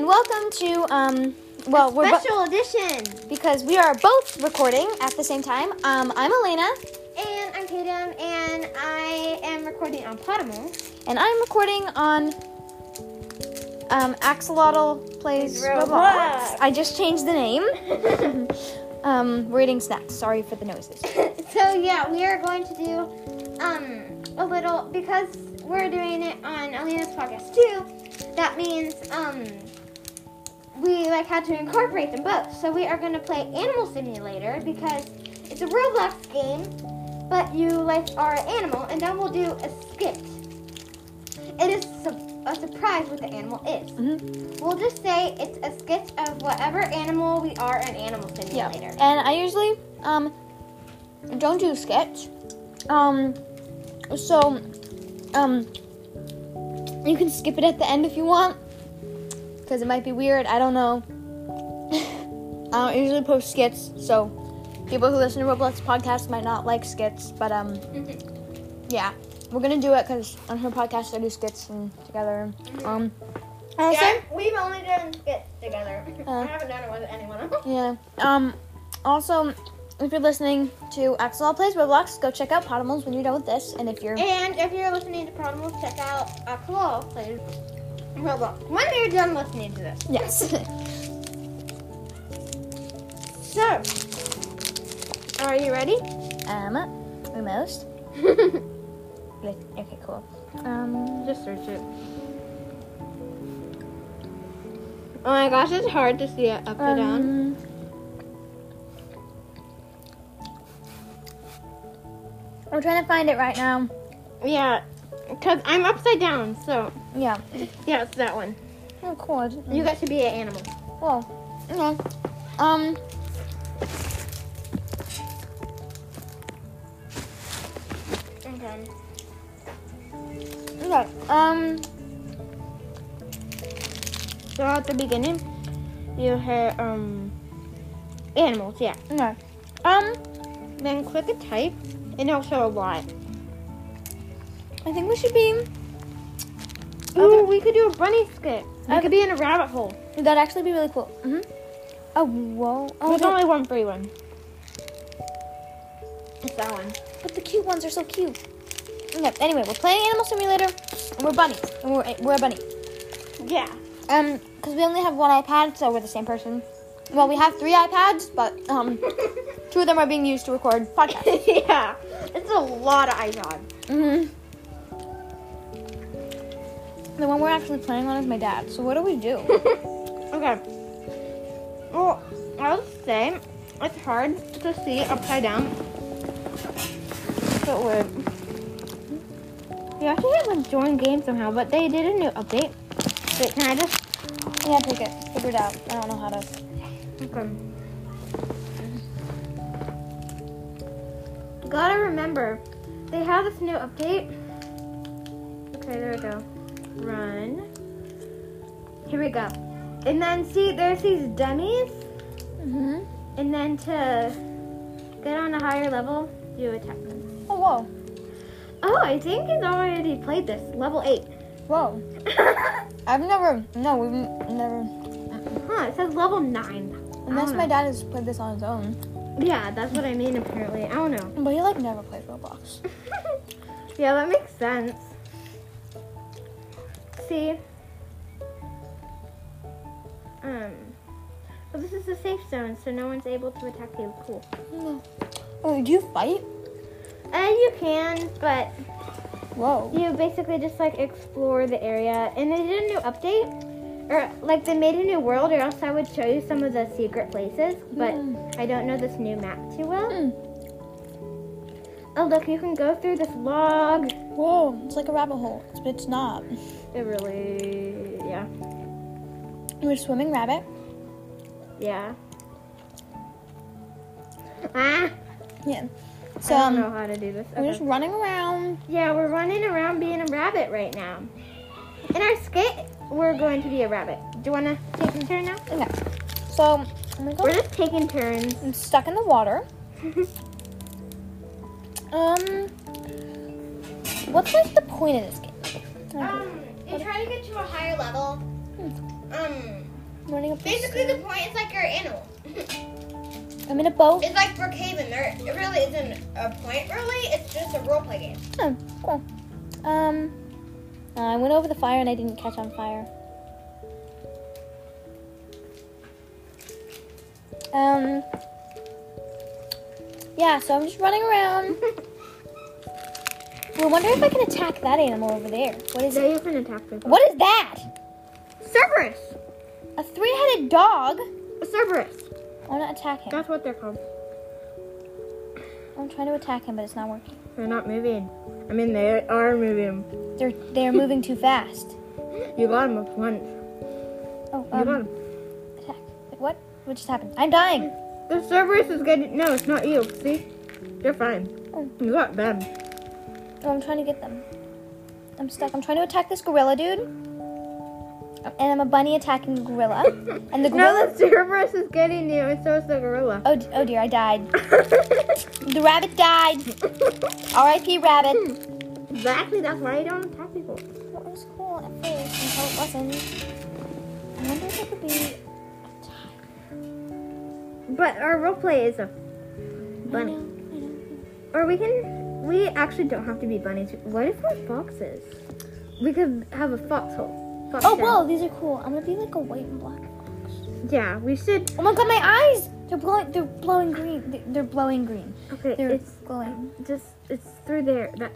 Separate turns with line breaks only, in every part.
welcome to um. Well, we're bo-
Special edition.
because we are both recording at the same time. Um, I'm Elena,
And I'm Tatum, and I am recording on Potamo.
and I'm recording on. Um, Axolotl plays
Roblox.
Roblox. I just changed the name. um, we're eating snacks. Sorry for the noises.
so yeah, we are going to do um a little because we're doing it on Alina's podcast too. That means um we like had to incorporate them both. So we are going to play Animal Simulator because it's a Roblox game, but you like are an animal, and then we'll do a skit. It is su- a surprise what the animal is. We'll just say it's a sketch of whatever animal we are in Animal
Yeah.
Simulator.
And I usually um don't do sketch. Um so um you can skip it at the end if you want cuz it might be weird. I don't know. I don't usually post skits, so people who listen to Roblox podcasts might not like skits, but um yeah. We're going to do it cuz on her podcast I do skits and together. Um and I
Yeah, we've only done skits together.
Uh.
I haven't done it with anyone else.
Yeah. Um. Also, if you're listening to Axel Plays Roblox, go check out Potamals when you're done with this. And if you're
And if you're listening to Problems, check out uh, Claw plays Roblox. When you're done listening to this.
yes,
So, are you ready?
um, almost. Like, Okay, cool. Um,
Just search it. Oh my gosh, it's hard to see it upside down.
um, I'm trying to find it right now.
Yeah, because I'm upside down, so
Yeah.
yeah, it's that one.
Oh, cool. I didn't-
You got to be an animal.
Well, okay. Um.
Okay.
Okay. Um.
So at the beginning, you have um animals, yeah.
Okay. Um.
Then click a type, and it'll show a lot.
I think we should be.
Oh, we could do a bunny skit. We
Okay.
could be in a rabbit hole.
That'd actually be really cool. hmm Oh, whoa. Oh,
There's
look,
only one free one. It's that one.
but the cute ones are so cute. Okay, anyway, we're playing Animal Simulator, and we're bunnies, and we're, we're a bunny.
Yeah.
Um, because we only have one iPad, so we're the same person. Well, we have three iPads, but um, two of them are being used to record podcasts.
yeah. It's a lot of iPod.
hmm The one we're actually playing on is my dad. So what do we do?
Okay. Well, I'll say it's hard to see upside down. So weird. You actually have to join game somehow, but they did a new update. Wait, can I just
yeah, take it. Figure it out. I don't know how to.
Okay. Gotta remember, they have this new update. Okay, there we go. Run. Here we go. And then see, there's these dummies.
hmm
And then to get on a higher level, you attack them.
Oh, whoa.
Oh, I think he's already played this. Level 8.
Whoa.
huh,
I've never. No, we've n- never.
it says level 9.
Unless
don't
my
know.
dad has played this on his own.
Yeah, that's what I mean apparently. I don't know.
But he like never played Roblox.
yeah, that makes sense. See? Um. Well, this is a safe zone, so no one's able to attack you. Cool.
Oh, do you fight?
And Uh, you can, but
Whoa.
you basically just like explore the area. And they did a new update, or like they made a new world, or else I would show you some of the secret places. But
Hmm.
I don't know this new map too well.
Mm.
Oh, look, you can go through this log.
Whoa. It's like a rabbit hole, but it's not.
It really, yeah.
We're swimming rabbit.
Yeah. Ah,
Yeah. So
I don't
um,
know how to do this.
we're
Okay.
just running around.
Yeah, we're running around being a rabbit right now. In our skit, we're going to be a rabbit. Do you want to take a turn now?
Okay. So oh my God,
We're just taking turns.
I'm stuck in the water. um. What's like the
Um,
point of this game?
Hmm.
you try to get to a higher level. Um,
running up the
Basically, the
stairs.
point is like your animal.
I'm in a boat.
It's like Brookhaven. There, it really isn't a point. Really, it's just a role play game.
Oh, cool. Um, uh, I went over the fire and I didn't catch on fire. Um, yeah, so I'm just running around. We're wondering if I can attack that animal over there. What is it?
have an attack them.
What is that?
Cerberus.
A three-headed dog?
Cerberus.
I want to attack him.
That's what they're called.
I'm trying to attack him, but it's not working.
They're not moving. I mean, they are moving.
They're they're moving too fast.
You got him once.
Oh,
You got
um,
him.
attack. What? What just happened? I'm dying.
The Cerberus is getting. No, it's not you. See? You're fine.
Oh.
You got them.
Oh, I'm trying to get them. I'm stuck. I'm trying to attack this gorilla, dude. And I'm a bunny attacking the gorilla. And the
No,
gorilla.
the Cerberus is getting you, and so is the gorilla.
Oh, d- oh dear, I died. The rabbit died. R.I.P. Rabbit.
exactly. That's why you don't attack people.
What was cool at first until it wasn't. I wonder if it could be.
But our role play is a bunny. Or we can. We actually don't have to be bunnies. What if we're foxes? We could have a foxhole. Fox
Oh,
den.
whoa, these are cool. I'm gonna be like a white and black.
Yeah, we should.
Oh my god, my eyes! They're blowing. They're blowing green. They- They're blowing green.
Okay,
They're
it's
glowing.
just. It's through there. That.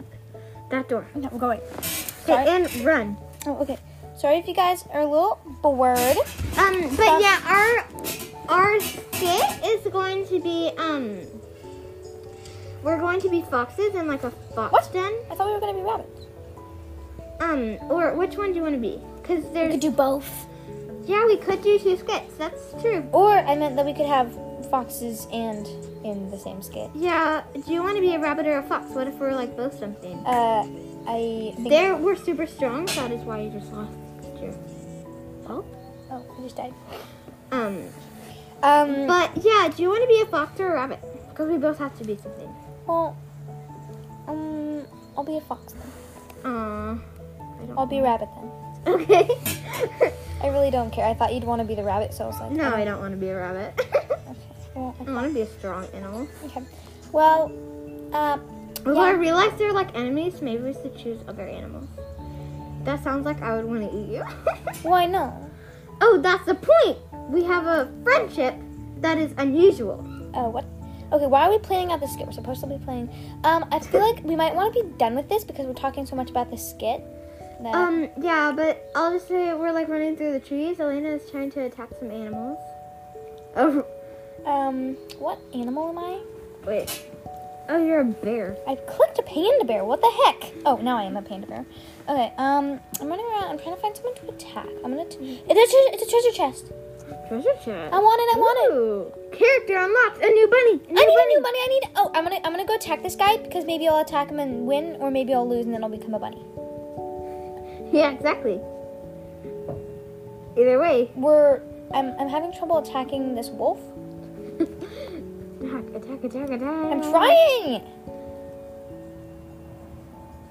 That door.
No, go away.
Okay,
Sorry.
and run.
Oh, okay. Sorry if you guys are a little bored.
Um, but
Stuff.
yeah, our our skit is going to be um. We're going to be foxes in like a fox
What?
den.
I thought we were gonna be rabbits.
Um, or which one do you want to be? Because
We
there's
could do both.
yeah, we could do two skits. That's true.
Or I meant that we could have foxes and in the same skit.
Yeah, do you want to be a rabbit or a fox? What if we're like both something?
Uh, I think.
There, we're super strong. That is why you just lost your help.
Oh, I just died.
Um,
Um,
but yeah, do you want to be a fox or a rabbit? Because we both have to be something.
well, um, I'll be a fox then.
Aw. I don't
I'll be a rabbit then.
Okay.
I really don't care. I thought you'd want to be the rabbit, so I was like, um,
no, I don't want to be a rabbit.
okay. Well,
I want to be a strong animal.
okay. Well, uh,
Although I realize they're like enemies, maybe we should choose other animals. That sounds like I would want to eat you.
why no?
oh, that's the point. We have a friendship that is unusual.
Oh, what? Okay, why are we planning out the skit? We're supposed to be playing. Um, I feel like we might want to be done with this because we're talking so much about the skit. That,
Um, yeah, but I'll just say we're like running through the trees. Elena is trying to attack some animals. Oh,
um, what animal am I?
Wait. Oh, you're a bear.
I clicked a panda bear. What the heck? Oh, now I am a panda bear. Okay, um, I'm running around. I'm trying to find someone to attack. I'm gonna. T- it's, a tre- it's a treasure chest.
Treasure chest.
I want it. I want it.
Ooh. Character unlocked. A new bunny. A new
I need
bunny.
a new bunny. I need. Oh, I'm gonna. I'm gonna go attack this guy because maybe I'll attack him and win, or maybe I'll lose and then I'll become a bunny.
Yeah, exactly. Either way,
We're. I'm. I'm having trouble attacking this wolf.
attack, attack, attack, attack.
I'm trying.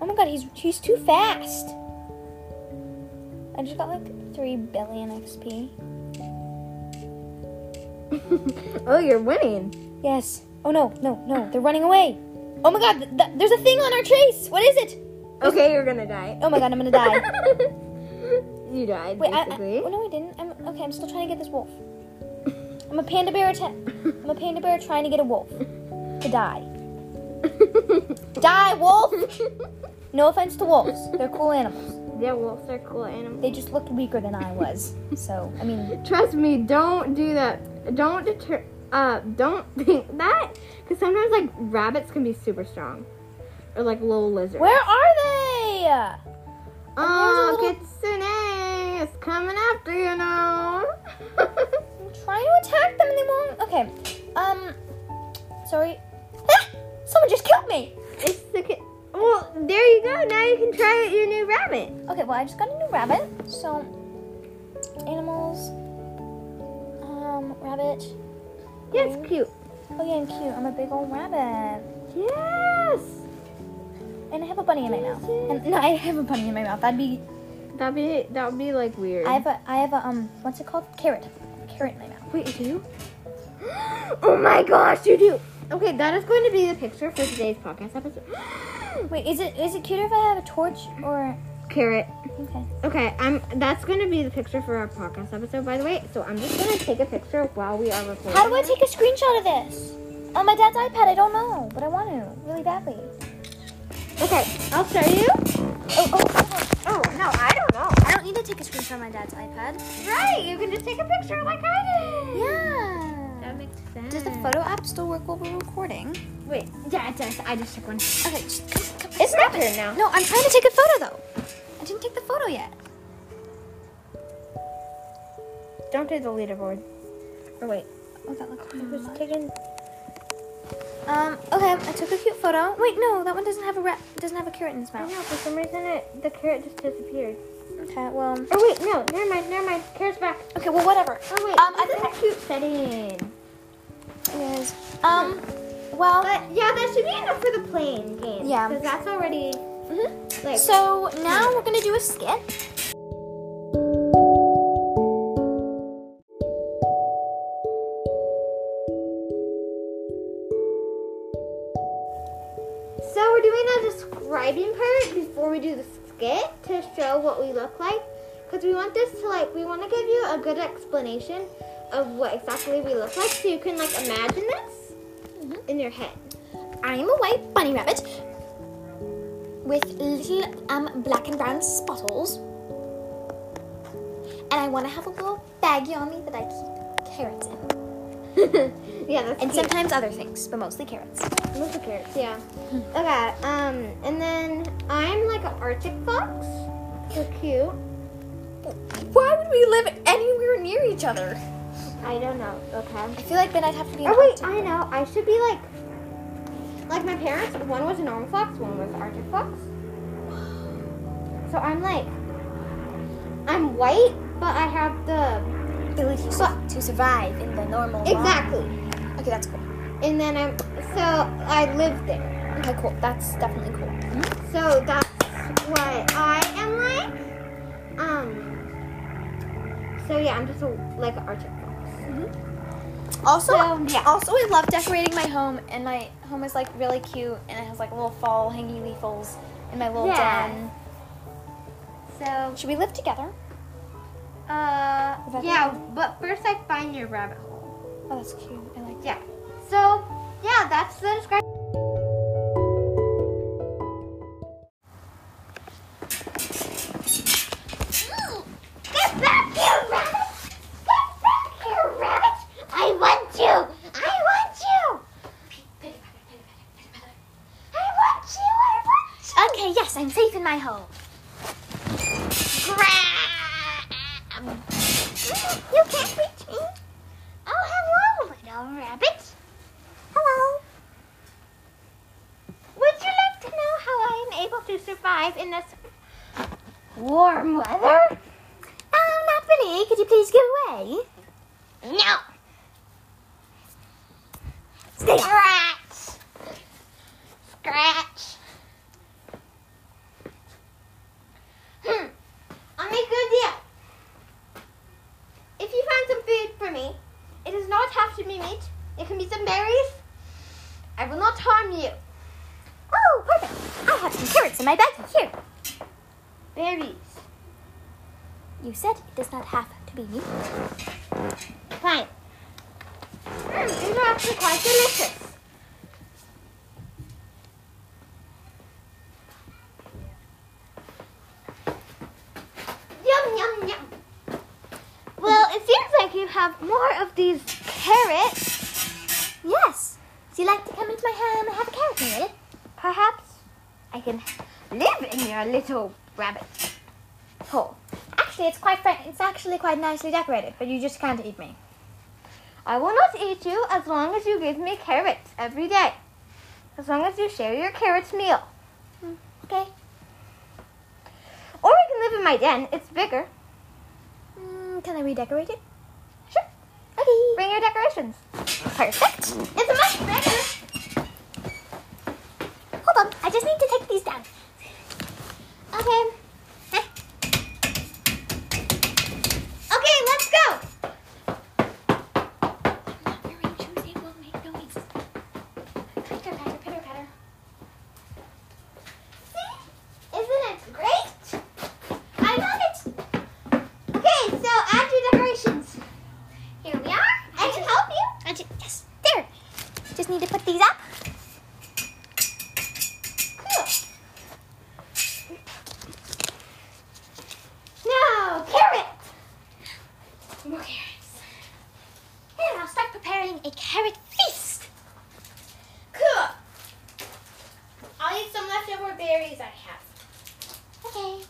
Oh my god, he's he's too fast. I just got like three billion XP.
Oh, you're winning.
Yes. Oh no, no, no. They're running away. Oh my god, th- th- there's a thing on our trace. What is it?
Okay, you're gonna die.
Oh my god, I'm gonna die.
you died,
Wait, I, I,
basically.
oh no, I didn't. I'm okay. I'm still trying to get this wolf. I'm a panda bear. Atta- I'm a panda bear trying to get a wolf to die. die, wolf. No offense to wolves. They're cool animals.
yeah, wolves are cool animals.
They just looked weaker than I was. So I mean,
Trust me, don't do that. Don't deter. Uh, don't think that, because sometimes like rabbits can be super strong, or like little lizards.
where are they?
Oh,
There's a
Kitsune is coming after you now.
I'm trying to attack them and they won't. Okay. Um. Sorry. Ah! Someone just killed me.
it's the kit. Well, there you go. Now you can try out your new rabbit.
Okay, well, I just got a new rabbit. So, animals. Um, rabbit.
Yes, cute.
Oh, yeah, I'm cute. I'm a big old rabbit.
Yes.
And I have a bunny in my mouth. And, no, I have a bunny in my mouth. I'd be
That'd be that would be like weird.
I have a I have a um what's it called? Carrot. Carrot in my mouth.
Wait, do you?
Oh my gosh, you do.
Okay, that is going to be the picture for today's podcast episode.
Wait, is it is it cuter if I have a torch or
Carrot.
okay.
Okay, I'm. That's going to be the picture for our podcast episode, by the way. So I'm just going to take a picture while we are recording.
How do I take a screenshot of this? On my dad's iPad, I don't know, but I want to really badly.
Okay, I'll show you.
Oh, oh, oh,
Oh no, I don't know.
I don't need to take a screenshot of my dad's iPad.
Right, you can just take a picture like I did.
Yeah.
That makes sense.
Does the photo app still work while we're recording?
Wait, yeah, it does. I just took one.
Okay, just come, come
It's
snap
my
it.
turn now.
No, I'm trying to take a photo though. I didn't take the photo yet.
Don't do the leaderboard. Or wait,
Oh, that looks
I was taking.
Um, okay, I took a cute photo. Wait, no, that one doesn't have a rat, doesn't have a carrot in its
I
mouth.
know for some reason it the carrot just disappeared.
Okay, well,
Oh wait, no, never mind, never mind. Carrot's back.
okay, well, whatever.
Oh wait, um,
Um, I
this is a cute setting.
It is. Um, well,
But yeah, that should be enough for the playing game.
Yeah.
Because that's already
mm-hmm.
mhm.
like.
so now we're gonna do a skit.
So we're doing a describing part before we do the skit to show what we look like. Because we want this to like, we want to give you a good explanation of what exactly we look like so you can like imagine this in your head.
I'm a white bunny rabbit with little um black and brown spottles, and I want to have a little baggie on me that I keep carrots in,
Yeah, that's
and
cute.
sometimes other things, but mostly carrots.
Move the carrots, yeah. Okay, um, and then I'm like an Arctic fox. So cute.
Why would we live anywhere near each other?
I don't know, okay.
I feel like then I'd have to be. an
Oh wait,
octo-
I know. I should be like, like my parents. One was a normal fox, one was Arctic fox. So I'm like, I'm white, but I have the
ability to, to survive in the normal. world.
exactly.
Okay, that's cool.
And then I'm so I live there.
Okay, cool. That's definitely cool.
So that's what I am like. Um. So yeah, I'm just a, like an Arctic fox.
Also,
So, yeah.
also I love decorating my home, and my home is like really cute, and it has like little fall hanging leafles in my little
Yeah.
den.
So
Should we live together?
uh,
that
yeah. But first, like find your rabbit hole.
Oh, that's cute. I like.
Yeah. So yeah, that's the description. Get back here, rabbit! Get back here, rabbit! I want you! I want you! I want you! I want you!
Okay. Yes, I'm safe in my home.
Grab! You can't reach me! Oh, hello, little rabbit! Hello! Would you like to know how I am able to survive in this warm weather?
Oh, not really. Could you please get away?
No. Scratch. Scratch. Hmm. I'll make you a deal. If you find some food for me, it does not have to be meat. It can be some berries. I will not harm you.
Oh, perfect. I have some carrots in my bag. Here.
Berries.
You said it does not have to be me.
Fine. Mm, these are actually quite delicious. Yum, yum, yum. Well, it seems like you have more of these carrots.
Yes. Do you like to come into my home and have a carrot meal?
Perhaps I can live in your little rabbit hole.
Actually, it's quite fri- it's actually quite nicely decorated, but you just can't eat me.
I will not eat you as long as you give me carrots every day. As long as you share your carrots meal.
Hmm. Okay.
Or I can live in my den. It's bigger.
Mm, can I redecorate it?
Sure.
Okay.
Bring your decorations.
Perfect.
It's much bigger.
Hold on, I just need to take these down.
Okay. Heh. Oh, eat some leftover berries I have.
Okay.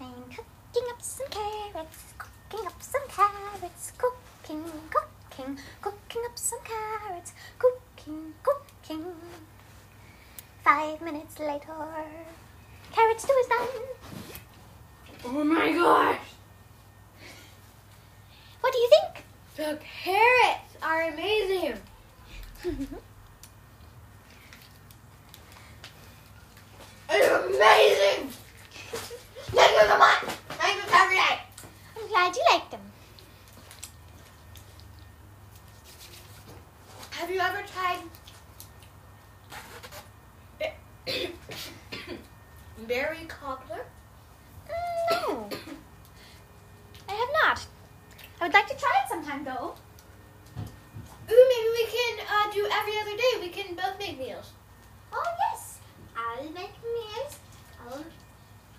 I'm cooking up some carrots, cooking up some carrots, cooking, cooking, cooking up some carrots, cooking, cooking. Five minutes later, carrot stew is done.
Oh my gosh!
What do you think?
The carrots are amazing. it's amazing. Thank you so much. Thank you every day.
I'm glad you liked them.
Have you ever tried berry cobbler?
No, I have not. I would like to try it sometime though.
Ooh, maybe we can uh, do every other day. We can both make meals.
Oh yes, I'll make meals. I'll,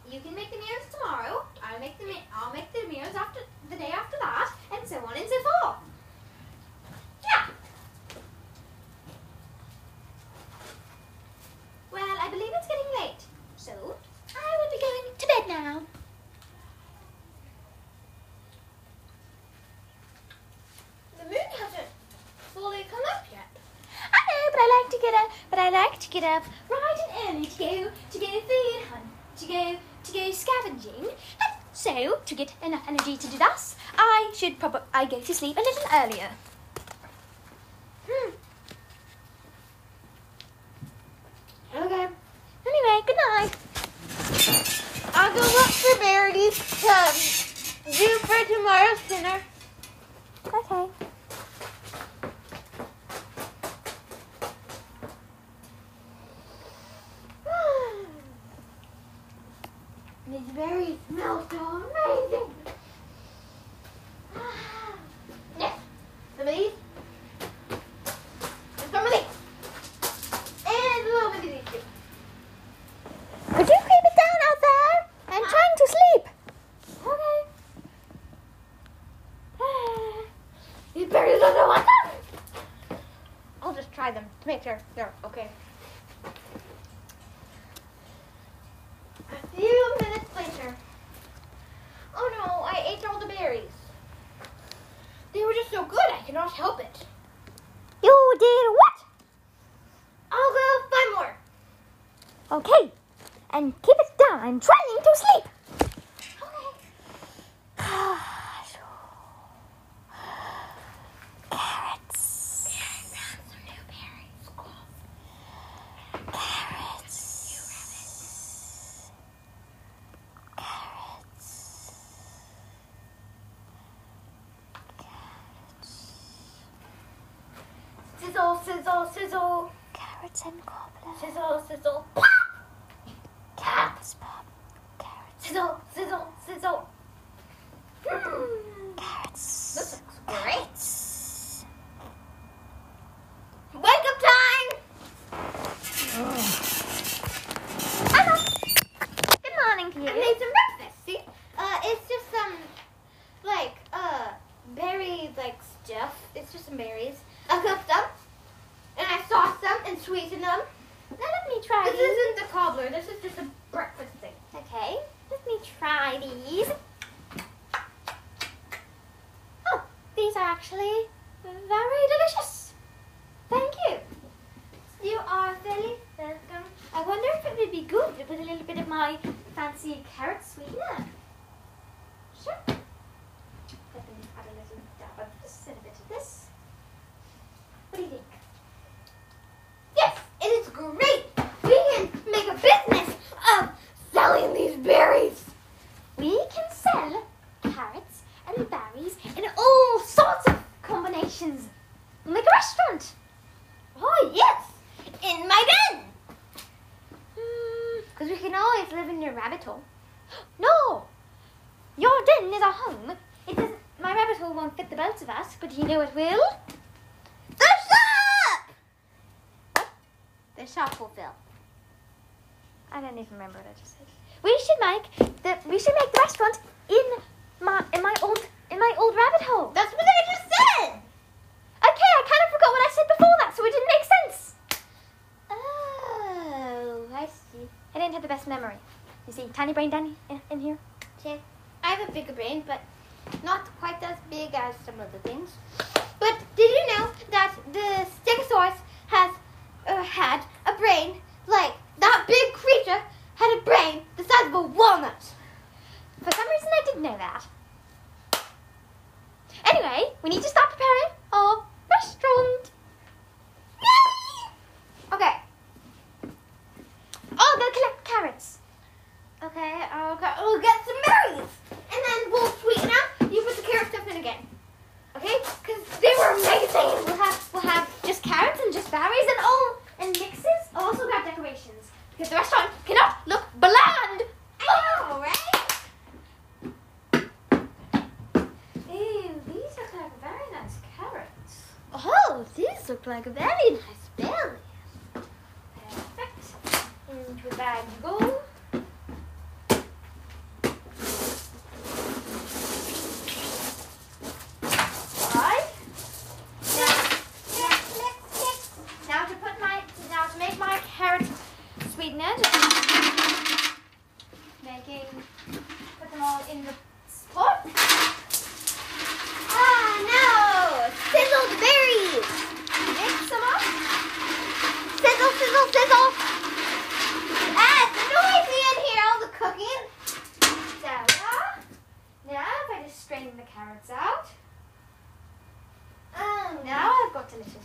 you can make the meals tomorrow. I'll make the me- I'll make the meals after the day after that, and so on and so forth. Yeah. Well, I believe it's getting late, so I will be going to bed now.
The moon hasn't fully come up yet.
I know, but I like to get up. But I like to get up right and early to go to go food hunt, to go to go scavenging. And so to get enough energy to do that, I should probably I go to sleep a little earlier. Hmm.
Okay.
Anyway, good night.
I'll go look for berries to do for tomorrow's dinner.
Okay.
These berries smell so amazing. Yes, some of these. And some of these. And a little bit of these too.
Could you keep it down out there? I'm
Ah.
trying to sleep. Okay.
These berries are so awesome. I'll just try them to make sure they're okay. A few minutes later. Oh no, I ate all the berries. They were just so good, I cannot help it.
You did what?
I'll go find more.
Okay. And keep it down. I'm trying to sleep. Okay. Carrots. Carrots. Carrots.
Sizzle, sizzle, sizzle.
Carrots and cobbler.
Sizzle, sizzle.
Carrots pop. Carrots.
Sizzle, sizzle, sizzle.
Carrots.
This looks great.
Carrots.
Wake up time!
Oh. Uh-huh. Good morning to
I made some breakfast. See, uh, it's just some like uh berry like stuff. It's just some berries. I cooked them, and I sauced them and sweetened them.
Now let me try
This
these.
isn't the cobbler. This is just a breakfast thing.
Okay, let me try these. Oh, these are actually very delicious.
Thank you. You are very welcome.
I wonder if it would be good with a little bit of my fancy carrot sweetener. Sure. Let me add a little dab of this and a bit of this. What do you think?
Yes, it is great. We can make a business of selling these berries.
We can sell carrots and berries in all sorts of combinations. We'll make a restaurant.
Oh yes, in my den.
Because Hmm, we can always live in your rabbit hole. No! Your den is our home. It doesn't, my rabbit hole won't fit the both of us, but you know it will.
The shop.
The shop will fill. I don't even remember what I just said. We should make the we should make the restaurant in my in my old in my old rabbit hole.
That's what I just said.
Okay, I kind of forgot what I said before that, so it didn't make sense.
Oh,
brain had the best memory. You see, tiny brain Danny in, in here.
Okay. I have a bigger brain, but not quite as big as some other things. But did you know that the Stegosaurus has uh, had a brain like that big creature had a brain the size of a walnut?
For some reason, I didn't know that. Anyway, we need to start preparing our restaurant.
Okay.
Oh, go collect carrots.
Okay. I'll go, we'll get some berries, and then we'll sweeten up. You put the carrot stuff in again. Okay? Because they were amazing. We'll have we'll have just carrots and just berries and all and mixes. I'll also grab decorations because the restaurant cannot look bland. I know, right?
Ew, these look like very nice carrots.
Oh, these look like very nice berries. Perfect. Into a bag you go. Right. Mix, mix, mix, mix. Now to put my, now to make my carrot sweetener, just making, put them all in the pot. Ah, no! Sizzled berries! Mix them up. Sizzle, sizzle, sizzle! Ah, it's noisy in here, all the cooking. There we are. Now, if I just strain the carrots out. Oh, now I've got delicious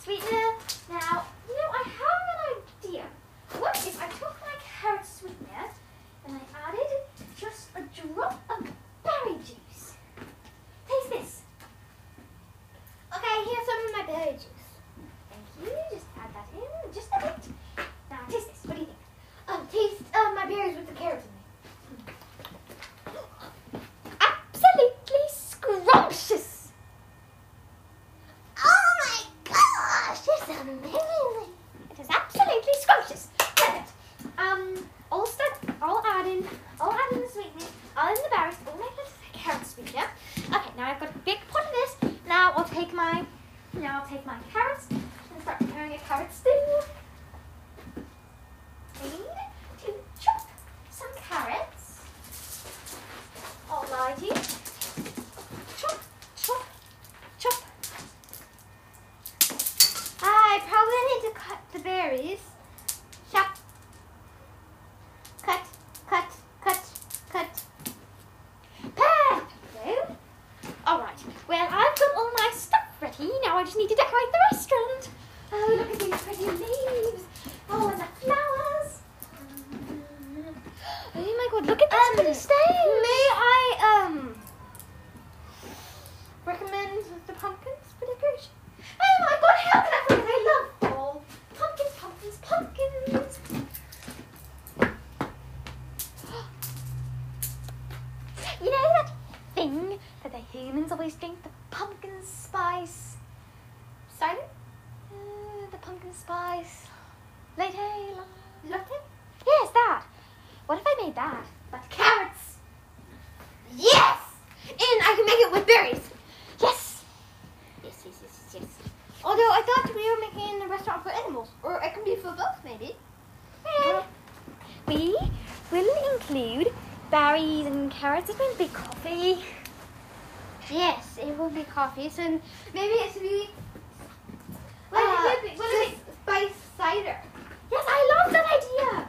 sweetener. Now, you know, I have an idea. What if I took my carrot sweetener and I added just a drop of berry juice? Taste this. Okay, here's some of my berry juice. Thank you. Just add that in, just a bit. Now taste this. What do you think? Um, taste um, my berries with the carrots in them. Absolutely scrumptious. Oh my gosh, it's amazing. It is absolutely scrumptious. Perfect. Um, I'll start. I'll add in. I'll add in the sweetness. I'll add in the berries. All my little carrot sweetener. Okay, now I've got a big pot of this. Now I'll take my now I'll take my carrots and start preparing a carrot stew. I need to chop some carrots. Alrighty. Chop, chop, chop. I probably need to cut the berries. Chop. Cut, cut, cut, cut. Perfect. All right. Well, I've got all my stuff ready. Now I just need to decorate the restaurant. Oh, look at these pretty leaves. Oh, and the flowers. Oh my God! Look at this um, pretty stage. May I um recommend the pumpkins for decoration? Oh my God! How can I forget? I love fall. Pumpkins, pumpkins, pumpkins.
You know that thing that the humans always drink? The pumpkin spice.
Simon,
Uh, the pumpkin spice. Latte. la-
latte.
Yes, that. What if I made that?
But carrots. Yes! And I can make it with berries.
Yes.
Yes, yes, yes, yes, yes. Although I thought we were making the restaurant for animals, or it can be for both, maybe.
Well, we will include berries and carrots. It's going to be coffee.
Yes, it will be coffee. So maybe it should be. What
Uh,
if it? What if it? Spice cider.
Yes, I love that idea.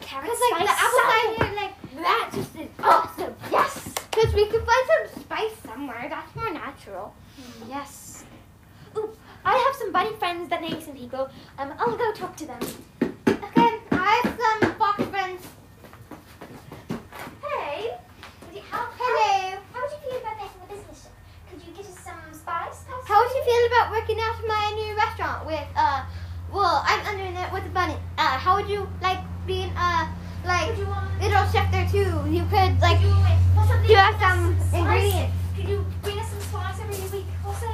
Carrots,
Because like the
spice,
apple
cider.
cider, like that, just is awesome.
Yes.
Because we could find some spice somewhere. That's more natural.
Yes. Ooh, I have some buddy friends that know some people. Um, I'll go talk to them.
Okay, I have some fox friends.
Hey. How,
Hello.
how would you feel about making a business trip? Could you get us some spice?
How would you feel about working out at my new restaurant with uh? Well, I'm under it with a bunny. Uh, how would you like being uh like
Would you want-
little chef there too? You could like
you, what's up,
give us some
spice?
ingredients.
Could you bring us some spice every week or so?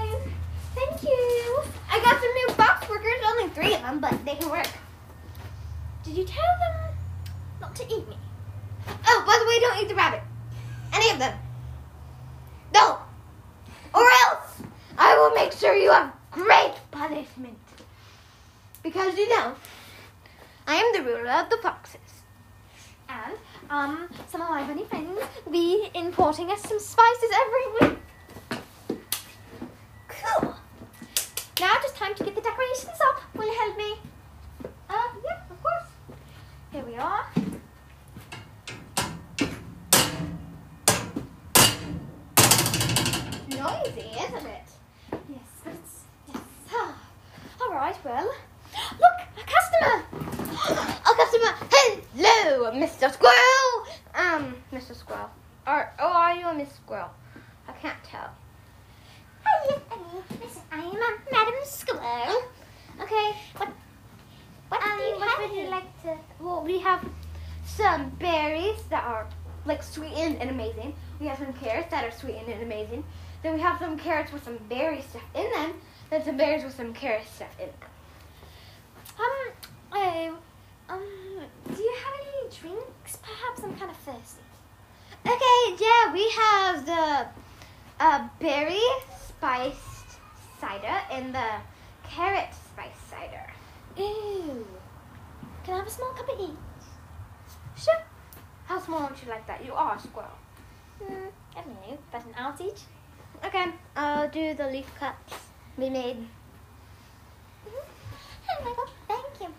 Thank you.
I got some new box workers. Only three of them, but they can work.
Did you tell them not to eat me?
Oh, by the way, don't eat the rabbit. Any of them. No. Or else I will make sure you have great punishment. Because you know, I am the ruler of the foxes.
And um, some of my bunny friends be importing us some spices every week. Cool. Now just time to get the decorations up. Will you help me? Uh, yeah, of course. Here we are.
Noisy, isn't it?
Yes, but it's yes. Ah, all right. Well, look, a customer.
Oh, customer, hello, Mr. Squirrel. Um, Mr. Squirrel. Or, oh, are you a Miss Squirrel? I can't tell.
Hi, Annie. Listen, I am uh, Madam Squirrel. Okay. What? What
Um,
do you
what
have?
would you
here?
like to? Well, we have some berries that are like sweetened and amazing. We have some carrots that are sweetened and amazing. Then we have some carrots with some berry stuff in them. Then some berries with some carrot stuff in them.
Um, oh, um, do you have any drinks? Perhaps I'm kind of thirsty.
Okay, yeah, we have the uh, berry spiced cider and the carrot spiced cider.
Ooh, can I have a small cup of each?
Sure. How small would you like that? You are a squirrel.
Hmm, I don't know, but an ounce each.
Okay, I'll do the leaf cups we made.
Mhm.
Mm-hmm.
Oh my god, thank you.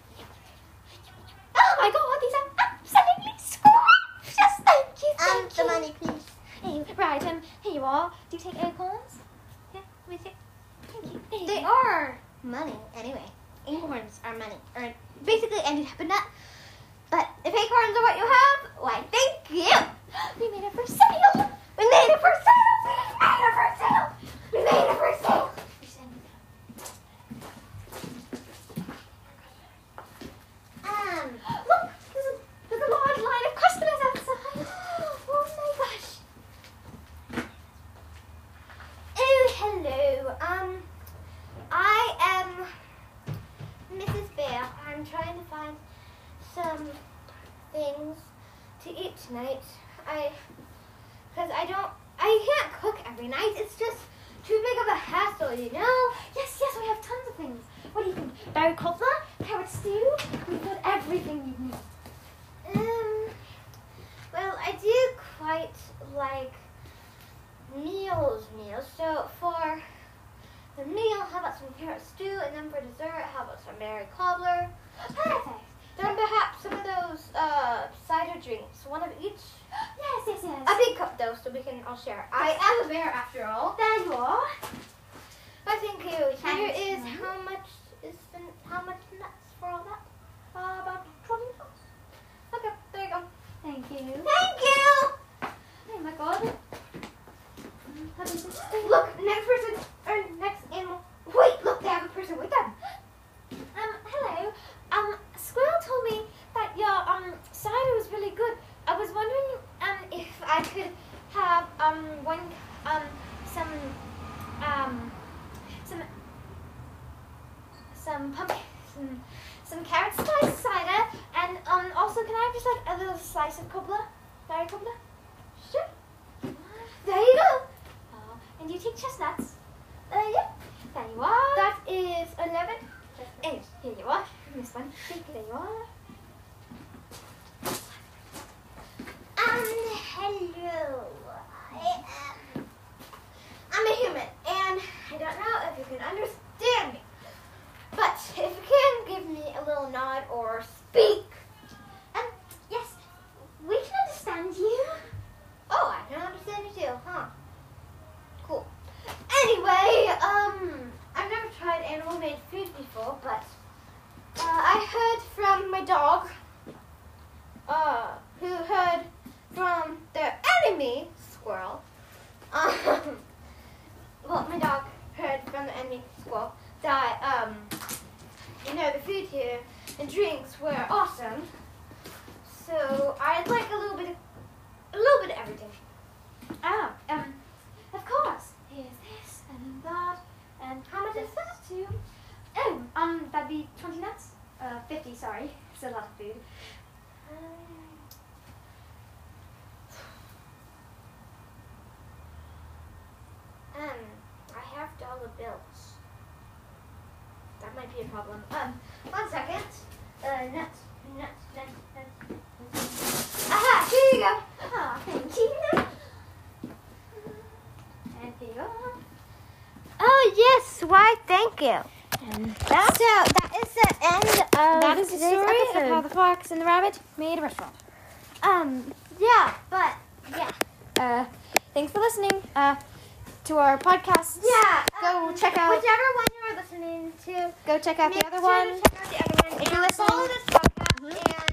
Oh my god, these are absolutely scrumptious. Thank you, thank you.
please.
Hey, right, um, here you are. Do you take acorns? Yeah, we take. Thank you. There you
They
go.
are money anyway. Acorns are money, or basically any type of nut. But if acorns are what you have, why thank you.
We made it for sale.
We made it for sale.
We made it for sale.
We made it for sale. Um,
Look, there's a, there's a large line of customers outside. Oh my gosh.
oh hello. Um, I am Mrs. Bear. I'm trying to find some things to eat tonight. I, cause I don't, I can't cook every night. It's just too big of a hassle, you know.
Yes, yes, we have tons of things. What do you think? Berry cobbler, carrot stew. We've got everything you need.
Um, well, I do quite like meals, meals. So for the meal, how about some carrot stew, and then for dessert, how about some berry cobbler?
Perfect.
Then perhaps some of those uh, cider drinks, one of each.
Yes, yes, yes.
A big cup though, so we can all share. I am a bear after all.
there you are.
But thank you. Here
Thanks,
is
ma'am.
how much is the, how much nuts for all that? Uh, about twenty bucks. Okay, there you go.
Thank you.
Thank you.
Oh my god.
Look, next person, or next animal. Wait, look, they have a person with them.
Um, hello. Um, Squirrel told me that your um cider was really good. I was wondering um if I could have um one um some um some some pumpkin some, some carrot slice cider and um also can I have just like a little slice of cobbler berry cobbler? Sure.
There you go.
Oh, and you take chestnuts.
Uh, yeah.
There you are.
That is 11.
Hey, here you are. This one. There you are.
Um, hello. I am. I'm a human, and I don't know if you can understand me. But if you can, give me a little nod or speak.
Um, yes, we can understand you.
Oh, I don't understand you too, huh? Cool. Anyway, um, I've never tried animal made food before, but uh, I heard from my dog, uh, who heard from their enemy, squirrel. Um, well, my dog heard from the enemy, squirrel, that, um, you know, the food here and drinks were awesome. So I'd like a little bit of, a little bit of everything.
Oh, um, of course. Here's this and that and how much is that too? Oh, um, that'd be twenty nuts. Uh, fifty. Sorry, it's a lot of food.
Um, I have dollar bills. That might be a problem. Um, one second. Uh, nuts.
Ah, you. That's, so that is the end of
that is the
today's
story
episode.
of how the fox and the rabbit made a restaurant.
um yeah, but yeah
Uh, thanks for listening uh, to our podcast.
yeah.
Go
um,
check out-
whichever one you are listening to.
Go check out
Make
the other
sure
one.
to check out the other one.
If you're
and
listening-
follow this podcast and Um,